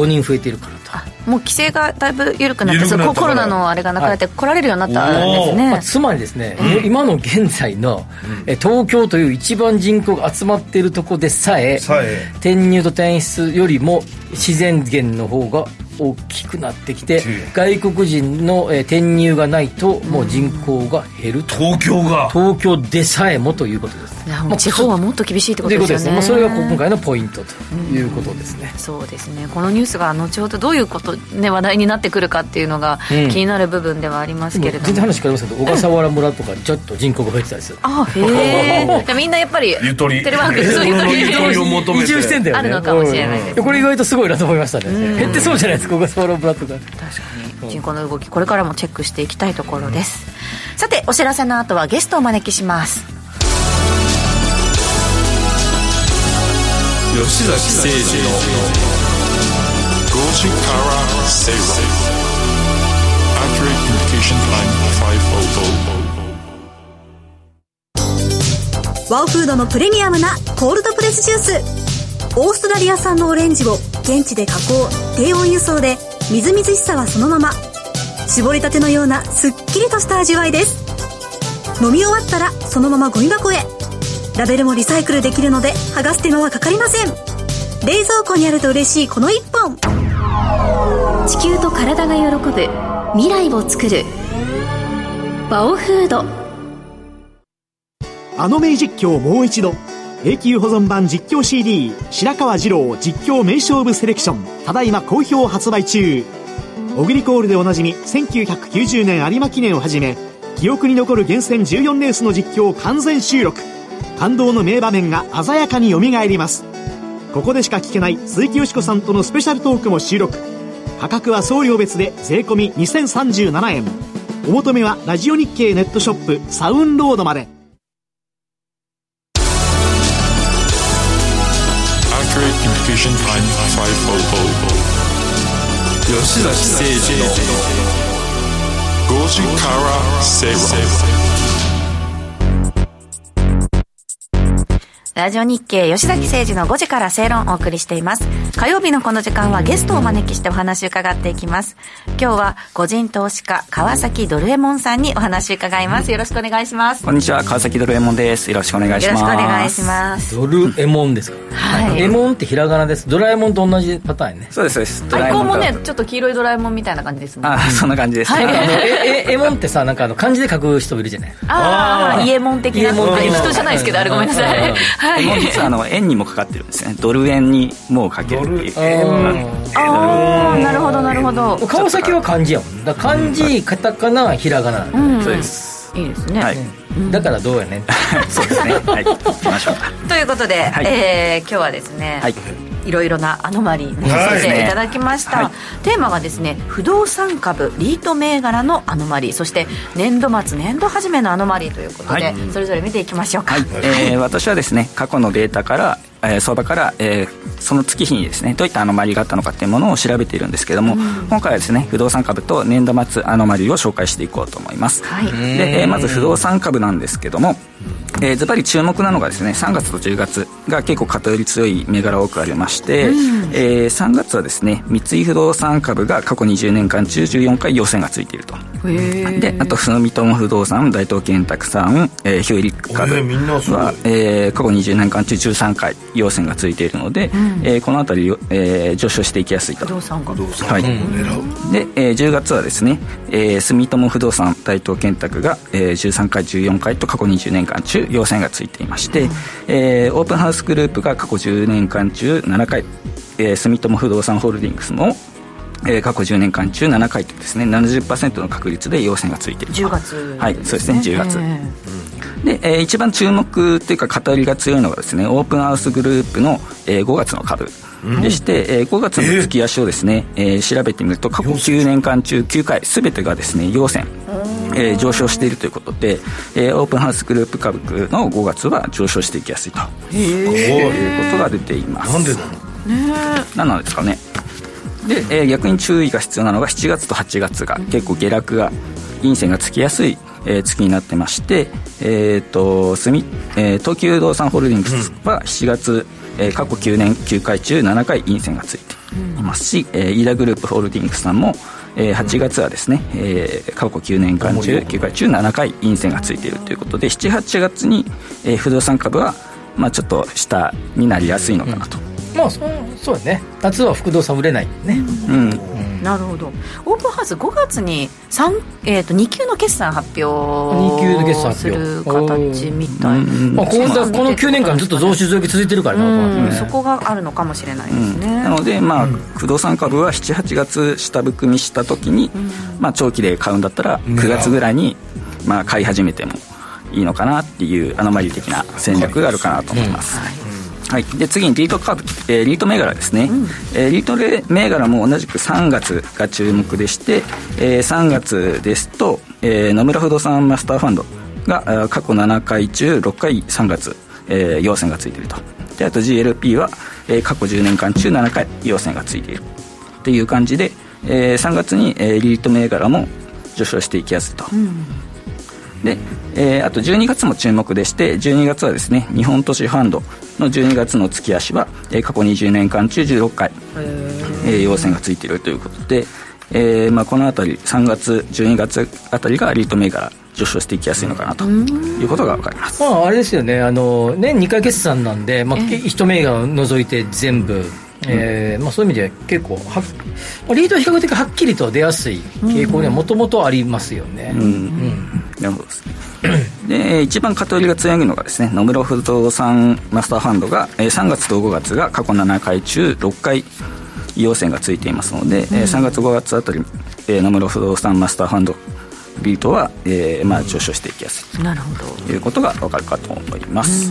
人増えているからと
もう規制がだいぶ緩くなって
緩くな
そう
ったから
コロナのあれがなくなって、来られるようになったんですね、
まあ、つまりですね、今の現在の、え東京という一番人口が集まっているとこでさえ
さえ
転入と転出よりも自然減の方が大きくなってきて外国人の、えー転入がないともう人口が減ると、
東京が
東京でさえもということです
いやもう地方はもっと厳しいってことと
いう
で
こ
す
と
よ
です
ね
ね、まあ、それが今回のポイントということですね、
そうですねこのニュースが後ほどどういうこと、ね、話題になってくるかっていうのが気
うん
になる部分ではあります
で
け
も
れど
全然
も、
話変わりますけど小笠原村とかちょっと人口が増えてたりする
あへ えでみんなやっぱり
ゆとり
テレワークそういう時
ゆとりを求め
移
て
住してんだよね
あるのかもしれないですね
うんこれ意外とすごいなと思いましたね、減ってそうじゃないですか小笠原村とか
確かに 人口の動きこれからもチェックしていきたいところです、さてお知らせの後はゲストをお招きします
吉崎誠二の5時から正論 Accurate Communication Time 500
ワオフードのプレミアムなコールドプレスジュースオーストラリア産のオレンジを現地で加工低温輸送でみずみずしさはそのまま絞りたてのようなすっきりとした味わいです飲み終わったらそのままゴミ箱へラベルもリサイクルできるので剥がす手間はかかりません冷蔵庫にあると嬉しいこの一本
地球と体が喜ぶ未来を作るバオフード
あの名実況もう一度永久保存版実況 CD 白川二郎実況名勝負セレクションただいま好評発売中オグリコールでおなじみ1990年有馬記念をはじめ記憶に残る厳選14レースの実況を完全収録感動の名場面が鮮やかによみがえりますここでしか聞けない鈴木よしこさんとのスペシャルトークも収録価格は送料別で税込2037円お求めはラジオ日経ネットショップサウンロードまで
Accurate Communication Time 500吉崎誠二の5時から正論
ラジオ日経吉崎誠二の5時から正論をお送りしています。火曜日のこの時間はゲストをお招きしてお話を伺っていきます。今日は個人投資家川崎ドルエモンさんにお話を伺います。よろしくお願いします。よ
こんにちは、川崎ドルエモンです。よろしくお願い
ろし
し
く
ま
お
す。
願いします。
ドルエモンですか、
はい
エモンってひらがなですドラえもんと同じパターンやね
そうです、そうです。ド
ア
ラ
イ
え
コ
も
ン
ん
も
と。
ね、ちょっと黄色いドラえもんみたいな感じですもん。
ああ、そんな感じです。
はい
あ
あの
の
ええエモンってさなんかあの漢字で書く人いるじゃない
ああ、イエモン的な。
イエモン
あ
的な
人じゃないですけど、あれごめんなさい。
うん
はい。
もう実はあの円にもかかってるんですね。ドル円にもうかけるっていう。
ああ、なるほど、なるほど。
川崎は漢字やもんだから漢字カタカナひらがな、
うん
そうです。
いいですね。
はい。
だからどうやねん
そうですね。はい。行きましょうか。
ということで、
い
えー今日はですね、
はい
い、ろいろなアノマリーに
はい
教えていただきました、
はい
テーマがですね不動産株リート銘柄のアノマリーそして年度末年度初めのアノマリーということで、
はい
それぞれ見ていきましょうか、
はい。えー私はですね、過去のデータから、えー相場から、えーその月日にですね、どういったアノマリがあったのかっていうものを調べているんですけども、今回はですね、不動産株と年度末アノマリを紹介していこうと思います。
はい
で、えーまず不動産株なんですけども、えー、ずばり注目なのがですね3月と10月が結構偏り強い銘柄多くありまして、えー3月はですね三井不動産株が過去20年間中14回陽線がついているとであと住友不動産大東建託さん、えーヒューリック株
えーみんなすごい
は、えー過去20年間中13回陽線がついているので、えーこの辺り、えー上昇していきやすいと
不動産株
はいで、えー10月はですね、えー住友不動産大東建託が、えー13回14回と過去20年間中要線がついていまして、えーオープンハウスグループが過去10年間中7回、えー住友不動産ホールディングスも、えー過去10年間中7回とですね70%の確率で要線がついている
10月
はいそうですね10月、
ええ
で、えー一番注目というか偏りが強いのがですねオープンハウスグループの、えー5月の株でして、えー5月の月足をですね、えー調べてみると過去9年間中9回全てがですね陽線、えー上昇しているということで、えーオープンハウスグループ株の5月は上昇していきやすいということが出ています
なんでなの
何なんですかねで、えー逆に注意が必要なのが7月と8月が結構下落が陰線がつきやすい、えー月になってまして、えーと住みえー東急不動産ホールディングスは7月、えー過去9年9回中7回陰線がついていますし、えーイラグループホールディングスさんも、えー8月はですね、えー過去9年間中9回中7回陰線がついているということで78月に、えー不動産株は、まあ、ちょっと下になりやすいのかなと。
まあそうそうやね夏は不動産売れないね
うん
なるほどオープンハウス5月に、三えー、と2級の決算発表
二級の決算
す
発表
る形みたい、
まあ、この
そうなんですね
この9年間ずっと増収増益続いてるからな、
うん
この
そこがあるのかもしれないですね、
なので、まあ、不動産株は78月下含みした時に、まあ、長期で買うんだったら9月ぐらいに、まあ、買い始めてもいいのかなっていうアノマリー的な戦略があるかなと思います、はい、で次にリート株、えーリート銘柄ですね、えーリートレ銘柄も同じく3月が注目でして、え3月ですと、えー野村不動産マスターファンドがあー過去7回中6回3月、えー陽線がついているとであと GLP は、えー過去10年間中7回陽線がついているっていう感じで、え3月に、えーリート銘柄も上昇していきやすいとで、えーあと12月も注目でして12月はですね日本都市ファンドの12月の月足は、えー過去20年間中16回、えー、陽線がついているということで、えーまあ、この辺り3月12月あたりがリート銘柄上昇していきやすいのかなということが分かります
まあ、あれですよね、あの年2回決算なんで、まあ、一銘柄を除いて全部、えーまあ、そういう意味では結構はっ、まあ、リードは比較的はっきりと出やすい傾向にはもともとありますよね。
なるほどですねで一番偏りが強いのがですね野村不動産マスターファンドがえー3月と5月が過去7回中6回陽線がついていますので、えー3月5月あたり、えー野村不動産マスターファンドリートは、えーまあ、上昇していきやすい
なるほど
ということが分かるかと思います、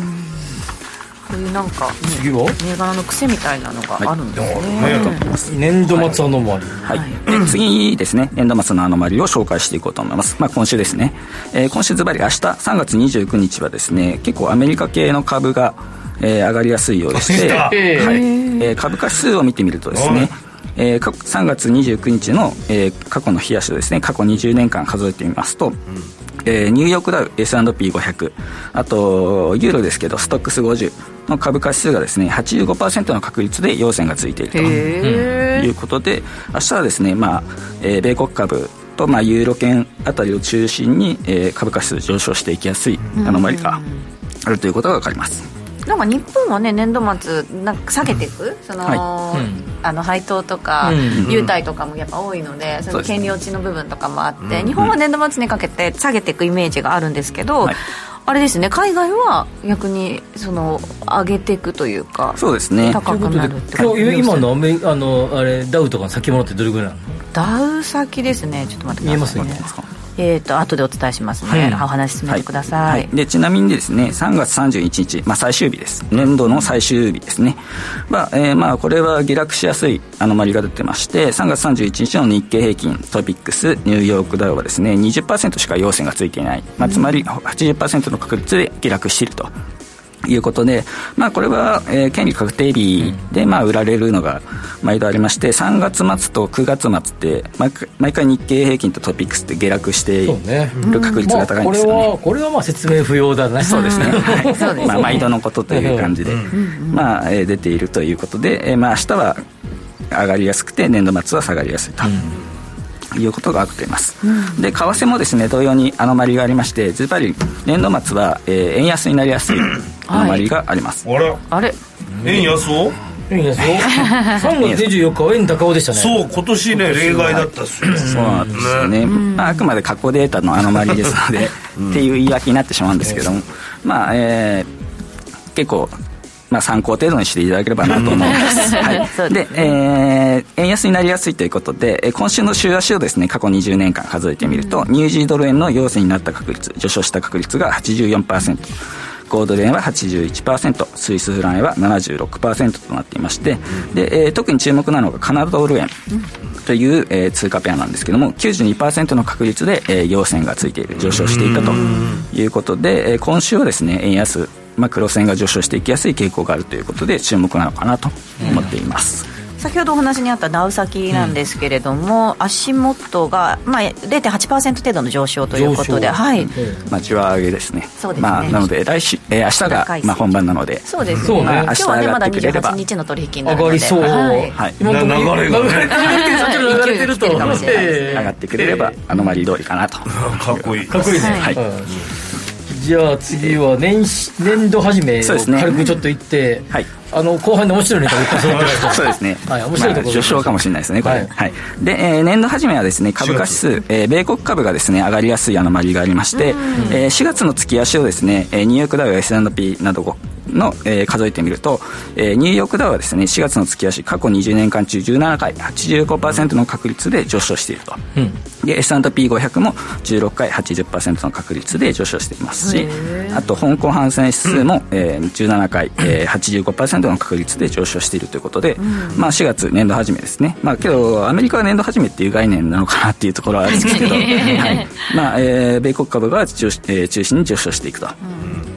こういうなんか、ね
次は
銘柄の癖みたいなのがあるんですね、
年度末アノマリ
はい、で次ですね年度末のアノマリを紹介していこうと思います、まあ、今週ですね、えー今週ズバリ明日3月29日はですね結構アメリカ系の株が、えー上がりやすいようでして、
出た
はいえー株価指数を見てみるとですね、えー過去3月29日の、えー過去の日足をですね過去20年間数えてみますと、えーニューヨークダウ S&P500 あとユーロですけどストックス50の株価指数がですね85%の確率で陽線がついていると
へー
いうことで明日はですね、まあえー米国株と、まあ、ユーロ圏あたりを中心に、えー株価指数上昇していきやすい
うん
アノマリがあるということが分かります、
なんか日本はね年度末なんか下げていく、その、
はい
あの配当とか
うん
優待とかもやっぱ多いので、そ
そう
の
です
権利落ちの部分とかもあって、
うん
日本は年度末にかけて下げていくイメージがあるんですけど、あれですね海外は逆にその上げていくというか
そうですね
高くなるって
今日今のアメリあのあれダウとかの先物ってどれぐらいなの
ダウ先ですねちょっと待って
見え
くだ
ま
さ
す
い
よ
ね
ね
えっ、と後でお伝えしますね、
はい
お話進めてください、
はい、でちなみにですね3月31日、まあ、最終日です年度の最終日ですね、まあえーまあ、これは下落しやすいアノマリが出てまして3月31日の日経平均トピックスニューヨークダウはですね20%しか陽線がついていない、まあ、つまり80%の確率で下落しているということで、まあ、これは、えー権利確定日で、まあ、売られるのが毎度ありまして3月末と9月末って毎回毎回日経平均とトピックスって下落してい
そうね
る確率が高いんですよね。
まあこれはこれはまあ説明不要だね
そうですね、はい
そうですね
まあ、毎度のことという感じで、まあえー出ているということで、えーまあ明日は上がりやすくて年度末は下がりやすいと。いうことが分かっています、で為替もですね同様にアノマリがありましてズバリ年度末は、えー円安になりやすいアノマリがあります、
あれ
あれ
円安を
円安を3月24日は円高尾でしたね
そう今年ね例外だったっすよ
そうなんですよね、まあ、あくまで過去データのアノマリですので、っていう言い訳になってしまうんですけども、まあえー結構、まあ、参考程度にしていただければなと思います、
うん
はい、で、えー円安になりやすいということでえー今週の週足をですね過去20年間数えてみると、ニュージードル円の陽線になった確率上昇した確率が84%ゴールド円は81%スイスフラン円は76%となっていましてで、えー特に注目なのがカナダドル円という、えー通貨ペアなんですけども92%の確率で、えー、陽線がついている上昇していたということで、えー今週はですね円安、まあ、黒線が上昇していきやすい傾向があるということで注目なのかなと思っています、
先ほどお話にあったダウ先なんですけれども、足元が、まあ、0.8%程度の上昇ということで、はい、
まあ、じわ上げですね
そうですね
まあ、なので来週、えー明日
高い
が、まあ、本番なので
そうですね、
まあ、
今
明
日
日
はね
上
ま
が
だ
ってくれれば、
28日の取引にな
上
るので
がりそう
はい
今のところ
流れが
流れ
ね
勢いで来てるかもしれないですね
上がってくれれば、アノマリ通りかなとかっこいい
かっこいいね
はい、
うんじゃあ次は年始年度始めを
そうですね
軽くちょっと言って、
はい
あの後半で面白いネタを言ったそうです
そうですね。
はい面白いところ
まあ、序章かもしれないですね、これ。はい。で、えー年度初めはですね、株価指数、えー米国株がですね、上がりやすい余りがありまして、えー4月の月足をですね、えーニューヨークダウや S&P などの、えー数えてみると、えーニューヨークダウはですね、4月の月足、過去20年間中17回、85%の確率で上昇していると。で S&P500 も16回80%の確率で上昇していますしあと香港反戦指数も、えー17回、えー、85%の確率で上昇しているということで、まあ、4月年度初めですね、まあ、けどアメリカは年度初めっていう概念なのかなっていうところはあるんですけ ど、
確かに
はいまあえー米国株が中,、えー中心に上昇していくと、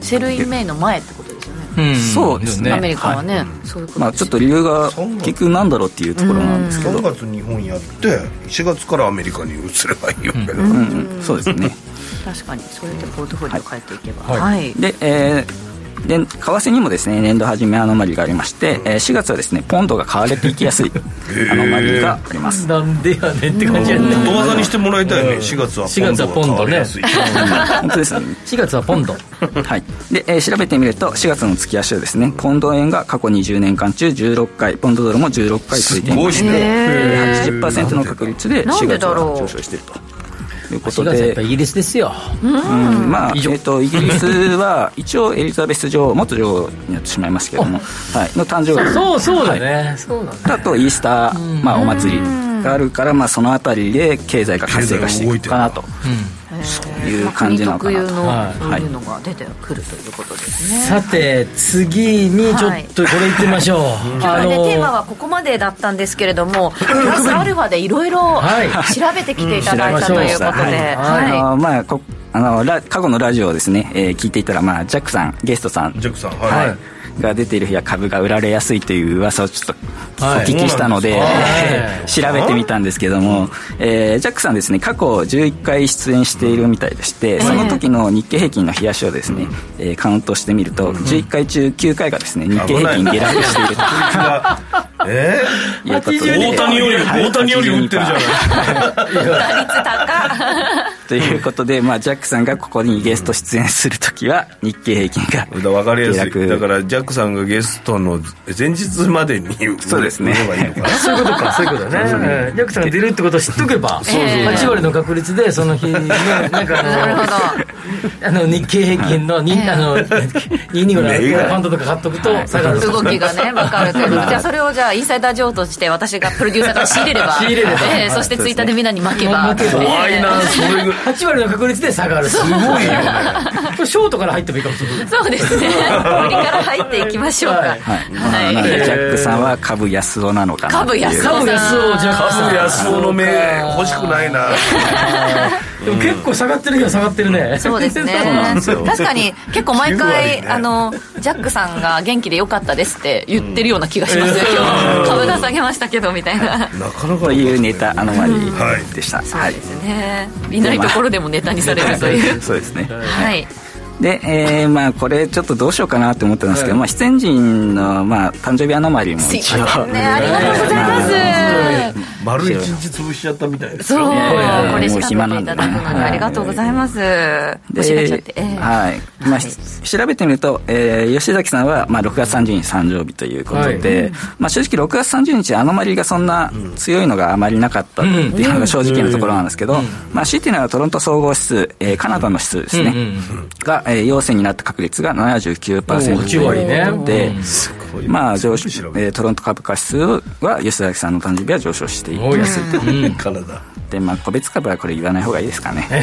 セルインメイの前ってことですよね、
そうですね
アメリカはね、
い
そういうこと
まあ、ちょっと理由が結局なんだろうっていうところなんですけど
3月日本やって4月からアメリカに移ればいいわけだから、
うんそうですね
確かにそれでポートフォリオを変えていけば
はい
はい
で、えーで為替にもですね年度初めアノマリがありまして、えー4月はですねポンドが買われていきや すいアノマリがあります、
なんでやねんって感じやね
大技にしてもらいたいね4月は
4月はポンドね
本当ですね
4月はポンド
はいで、えー調べてみると4月の月足はですねポンド円が過去20年間中16回ポンドドルも16回ついていまして、
すごいね
えー80%の確率で
なん
4
で
月
だ
は
ろう
上昇しているということ
4月はやっ
で
ぱイギリスですよ
うんまあ、えー、とイギリスは一応エリザベス女王元女王になってしまいますけども、はい、の誕生日
そうそうだ
はい
ね、そうだね
あとイースター、まあ、お祭りがあるから、まあ、そのあたりで経済が活性化していくかなという感じなのかなと、
まあ国特有のそう
はい
いうのが出てくるということですね、
さて次にちょっとこれいってみましょう、
今日はね、テーマはここまでだったんですけれどもプラスアルファでいろいろ
はい
調べてきていただいたと
調べま
い
し
うことで、
はいあ
は
のまあこあのラ過去のラジオをですね、えー聞いていたら、まあ、ジャックさんゲストさん
ジャックさん
はいい、が出ている日は株が売られやすいという噂をちょっとお
はい
聞きしたので、
そうなんですか
え ー調べてみたんですけども、えージャックさんですね過去11回出演しているみたいでしてその時の日経平均の冷やしをですね、えーカウントしてみると11回中9回がですね日経平均下落していると
え
いうことで
大谷より大谷より打ってるじゃない
ということで、まあ、ジャックさんがここにゲスト出演するときは日経平均が
だ分かりやす
下
い
落
だからジャックさんがゲストの前日までに
そうですね
売ればいいのかな
そういうことか、そういうことね。うんジャックさんが出るってことを知っとけば、
そうそうそう
8割の確率で、その日に、なんかあの、あの日経平均の、にあの、2人ぐらいのパンドとか買っとくと、下がる。
い、動きが ね分かるということでじゃあそ
れ
れをじゃあインサイダー情報として私がプロデューサー から仕入れれば
仕入れれば
ええそしてツイッターでみんなに巻けば
8割の確率で下がる。
すごいよね
これショートから入ってもいいかもしれない。
そうですね。これから入っていきましょうか。はい。
まあなのでジャックさんは株安男なのかなっていう
株安男株安男ジャックさん
株安男の目欲しくないな
でも結構下がってる日は下がってるね。
そうですね
そうなんですよ
確かに結構毎回、
9割ね
あのジャックさんが元気でよかったですって言ってるような気がします、今日株が下げましたけどみたいな
なかなか
というネタアノマリでした、はい
ねいないところでもネタにされると いう
そうですねは
はいい
で、えーまあ、これちょっとどうしようかなって思ってたんですけど、まあ、出演人の、まあ、誕生日アノマリも一
すいま
応、
せんねありがとうございます
丸一日潰しちゃったみたいです
そう、
ね
これ調
もう
べてい
暇なんで
ただくのでありがとうございます、
で
お調べちゃって、ええ
はいまあ、し調べてみると、えー吉崎さんは、まあ、6月30日誕生日ということで、
はい
まあ、正直6月30日あのまりがそんな強いのがあまりなかったっていうのが正直なところなんですけど、まあ、強いて言うならトロント総合指数、えーカナダの指数ですね、
うんうん
が、えー陽性になった確率が
お
79%
ー一割ね
で、
うん
まあ上昇えートロント株価指数は吉崎さんの誕生日は上昇していきやすいと
うんカナダ
でまあ、個別株はこれ言わない方がいいですかね、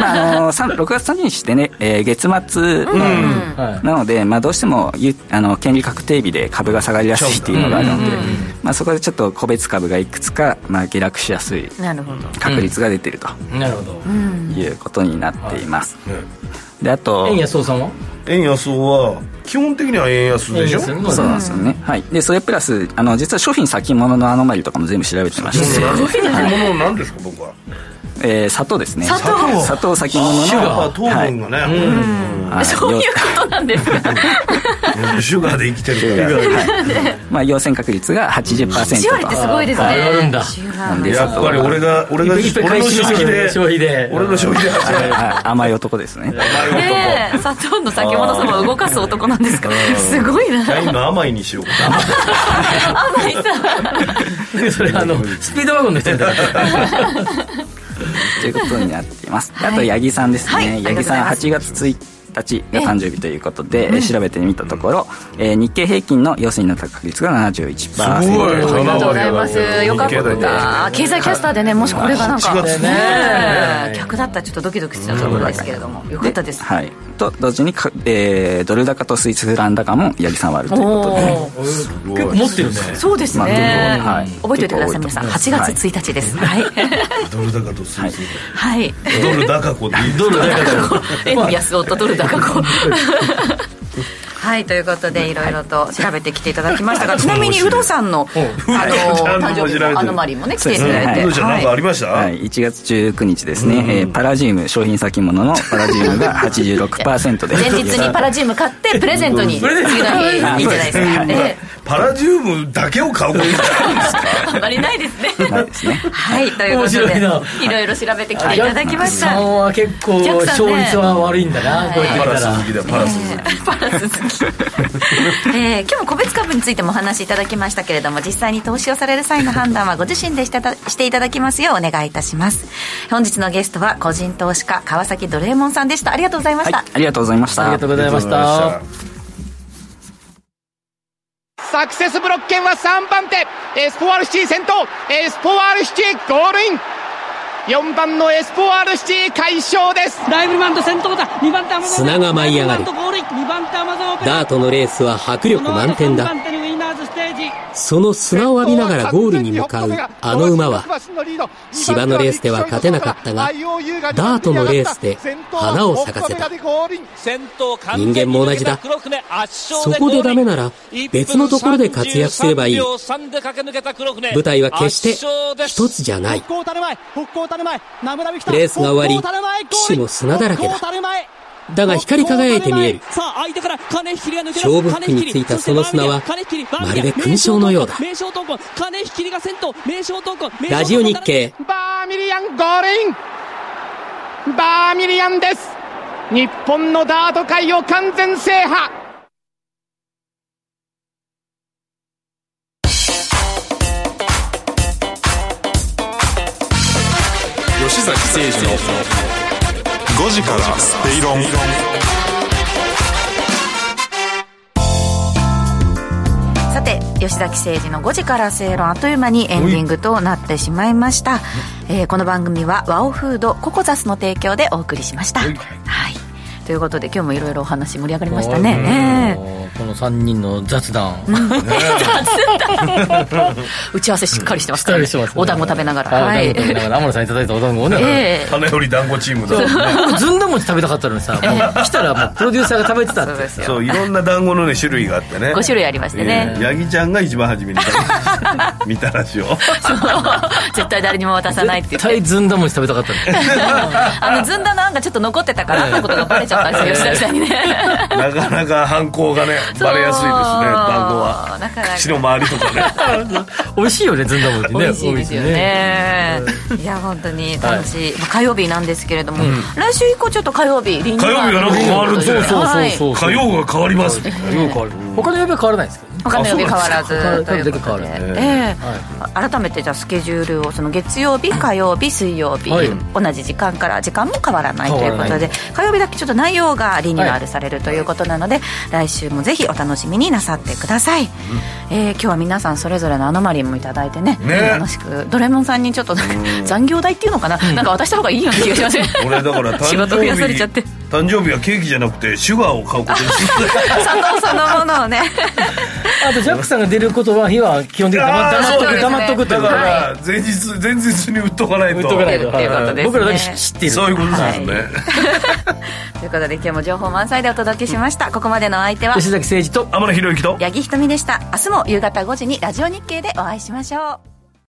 まあ、あのさん6月30日ってね、えー月末の、なので、まあ、どうしてもゆあの権利確定日で株が下がりやすいっていうのがあるので、まあ、そこでちょっと個別株がいくつか、まあ、下落しやすい
なるほど
確率が出てると
なるほど。
いうことになっています、であと
円安夫さんは
円安は
基本的には円安でしょ
そうなんですよね、はいでそれプラスあの実は商品先物のアノマリとかも全部調べてまして
もう先物なんですか僕は
えー、砂糖ですね
砂糖
砂糖先物の
シュガー糖分がね
はい
うん
はい
そういうことなんですか
シュガーで生きてるから
はいまあ、陽性確率が80%と
8割ってすごいですね
は
上がるんだ
なんで
やっぱり俺が俺が
いっぱい
俺の消費で
消費で
俺の消費で
はいはい甘い男ですね
ねえ砂糖の先物様を動かす男なんですかすごいな
社員の甘いにしようかな
甘いさ
それあのスピードワゴンの人だ
ということになっています、あと八木さんですね、
はい
八木さん
ありがと
8月1日が誕生日ということで、えー調べてみたところ、えー日経平均の陽性になった確率が71%
すごい
ありがとうございますよかっ
日経
た
だね
経済キャスターでねもしこれがなんか
8月
ねえ逆だったらちょっとドキドキしちゃうところですけれどもよかったです
はいと同時にか、えードル高とスイスラン高も八木さんはあるということで
おー
結構持ってるね
そうですね、
まあでも
覚えておいてく
結
ださい皆さ
構
ん
多いと
8月1日 ですはい
ドル高とスイス
はい
ドル高子でいいドル
高子円の安夫とドル高子 はいということでいろいろと調べてきていただきましたが ちなみに有働さんの あの誕生日のアノマリーもね来ていただいてはい
りました、
はい、1月19日ですね、えーパラジウム商品先物のパラジウムが86%で
前日にパラジウム買ってプレゼントに次の日いいじゃないですかね
パラジウムだけを買うこと
あんまりないですね
ないですね
はいということでいろいろ調べてきていただきました
さんは結構
逆さん
勝
ね
率は悪いんだなこうやって見たら
えー今日も個別株についてもお話しいただきましたけれども実際に投資をされる際の判断はご自身でしたたしていただきますようお願いいたします本日のゲストは個人投資家川崎ドレーモンさんでしたありがとうございました、
ありがとうございました
ありがとうございました
サクセスブロッケンは3番手エスポワールシティ先頭エスポワールシティゴールイン4番のエスポワールシティ快勝ですライブマンド先頭だ2番手アマ
砂が舞い上がるダートのレースは迫力満点だその砂を浴びながらゴールに向かうあの馬は芝のレースでは勝てなかったがダートのレースで花を咲かせた人間も同じだそこでダメなら別のところで活躍すればいい舞台は決して一つじゃないレースが終わり騎手も砂だらけだだが光り輝いて見える勝負服についたその砂はまるで勲章のようだラジオ日経
バーミリアンゴールインバーミリアンです日本のダート界を完全制覇
吉崎誠二の5時から正論
さて吉崎誠二の5時から正論あっという間にエンディングとなってしまいました、えーこの番組はワオフードココザスの提供でお送りしましたはいということで今日もいろいろお話盛り上がりましたねねえ
この3人の雑談
打ち合わせしっかりしてますから、
しっかり
ね
してますね
お団子食べながら
は、
はいい
だから天野さんいただいたお団子をね、
ええ
花より団子チームだ
僕ずんだ餅食べたかったのにさ、もう来たらもうプロデューサーが食べてたって
そういろんな団子のね種類があってね
5種類ありましてね
えーヤギちゃんが一番初めに食べた みたらしを
絶対誰にも渡さないって言
絶
って
対ずんだ餅食べたかったの
あのずんだのあんがちょっと残ってたからってことがバレちゃったんですよ吉崎さんにね
なかなか犯行がねバレやすいですね団子は
なかなか
口の周りとかね
美味しいよねずんだ餅ね
美味しいですよねいや本当に楽しい、まあ火曜日なんですけれども、
うん
来週以降ちょっと火曜日リニュー
火
ア
曜日
ル
がなんか変わるんで
そうそうそうそう
火曜が変わりますね
火曜変わる他の曜日は変わらないですけどね
他の曜日変わ
あ
らず
そうなんですか
というこ
他の曜日だ
とで
け変わる
えはい改めてじゃあスケジュールをその月曜日火曜日水曜日、
はい
同じ時間から時間も変わらないと
変
い
わ
う
ら
こ
ない
とで火曜日だけちょっと内容がリニューアルされるということなので、来週もぜひお楽しみになさってください、えー今日は皆さんそれぞれのアノマリーもいただいてね
ね
楽しくドラえもんさ んにちょっとなんか残業代っていうのかな、なんか渡した方がいいような気がしますね
俺だから
仕
誕
事増やされちゃっ
生
て
日誕生日はケーキじゃなくてシュガーを買うことにして
佐藤そのものをね
あとジャックさんが出ることは日は基本的に
あー
黙っと
そう
く
ですね
黙っとくって
だ
こと
か
で
ら前日前日に売っとかないと
売っとかないと売ってるっていうことですね僕らだけ
知
ってる
そういうことですよね、
ということで今日も情報満載でお届けしましたここまでのお相 手は
崎誠二と
天野博之と
八木ひとみでした明日も夕方5時にラジオ日経でお会いしましょう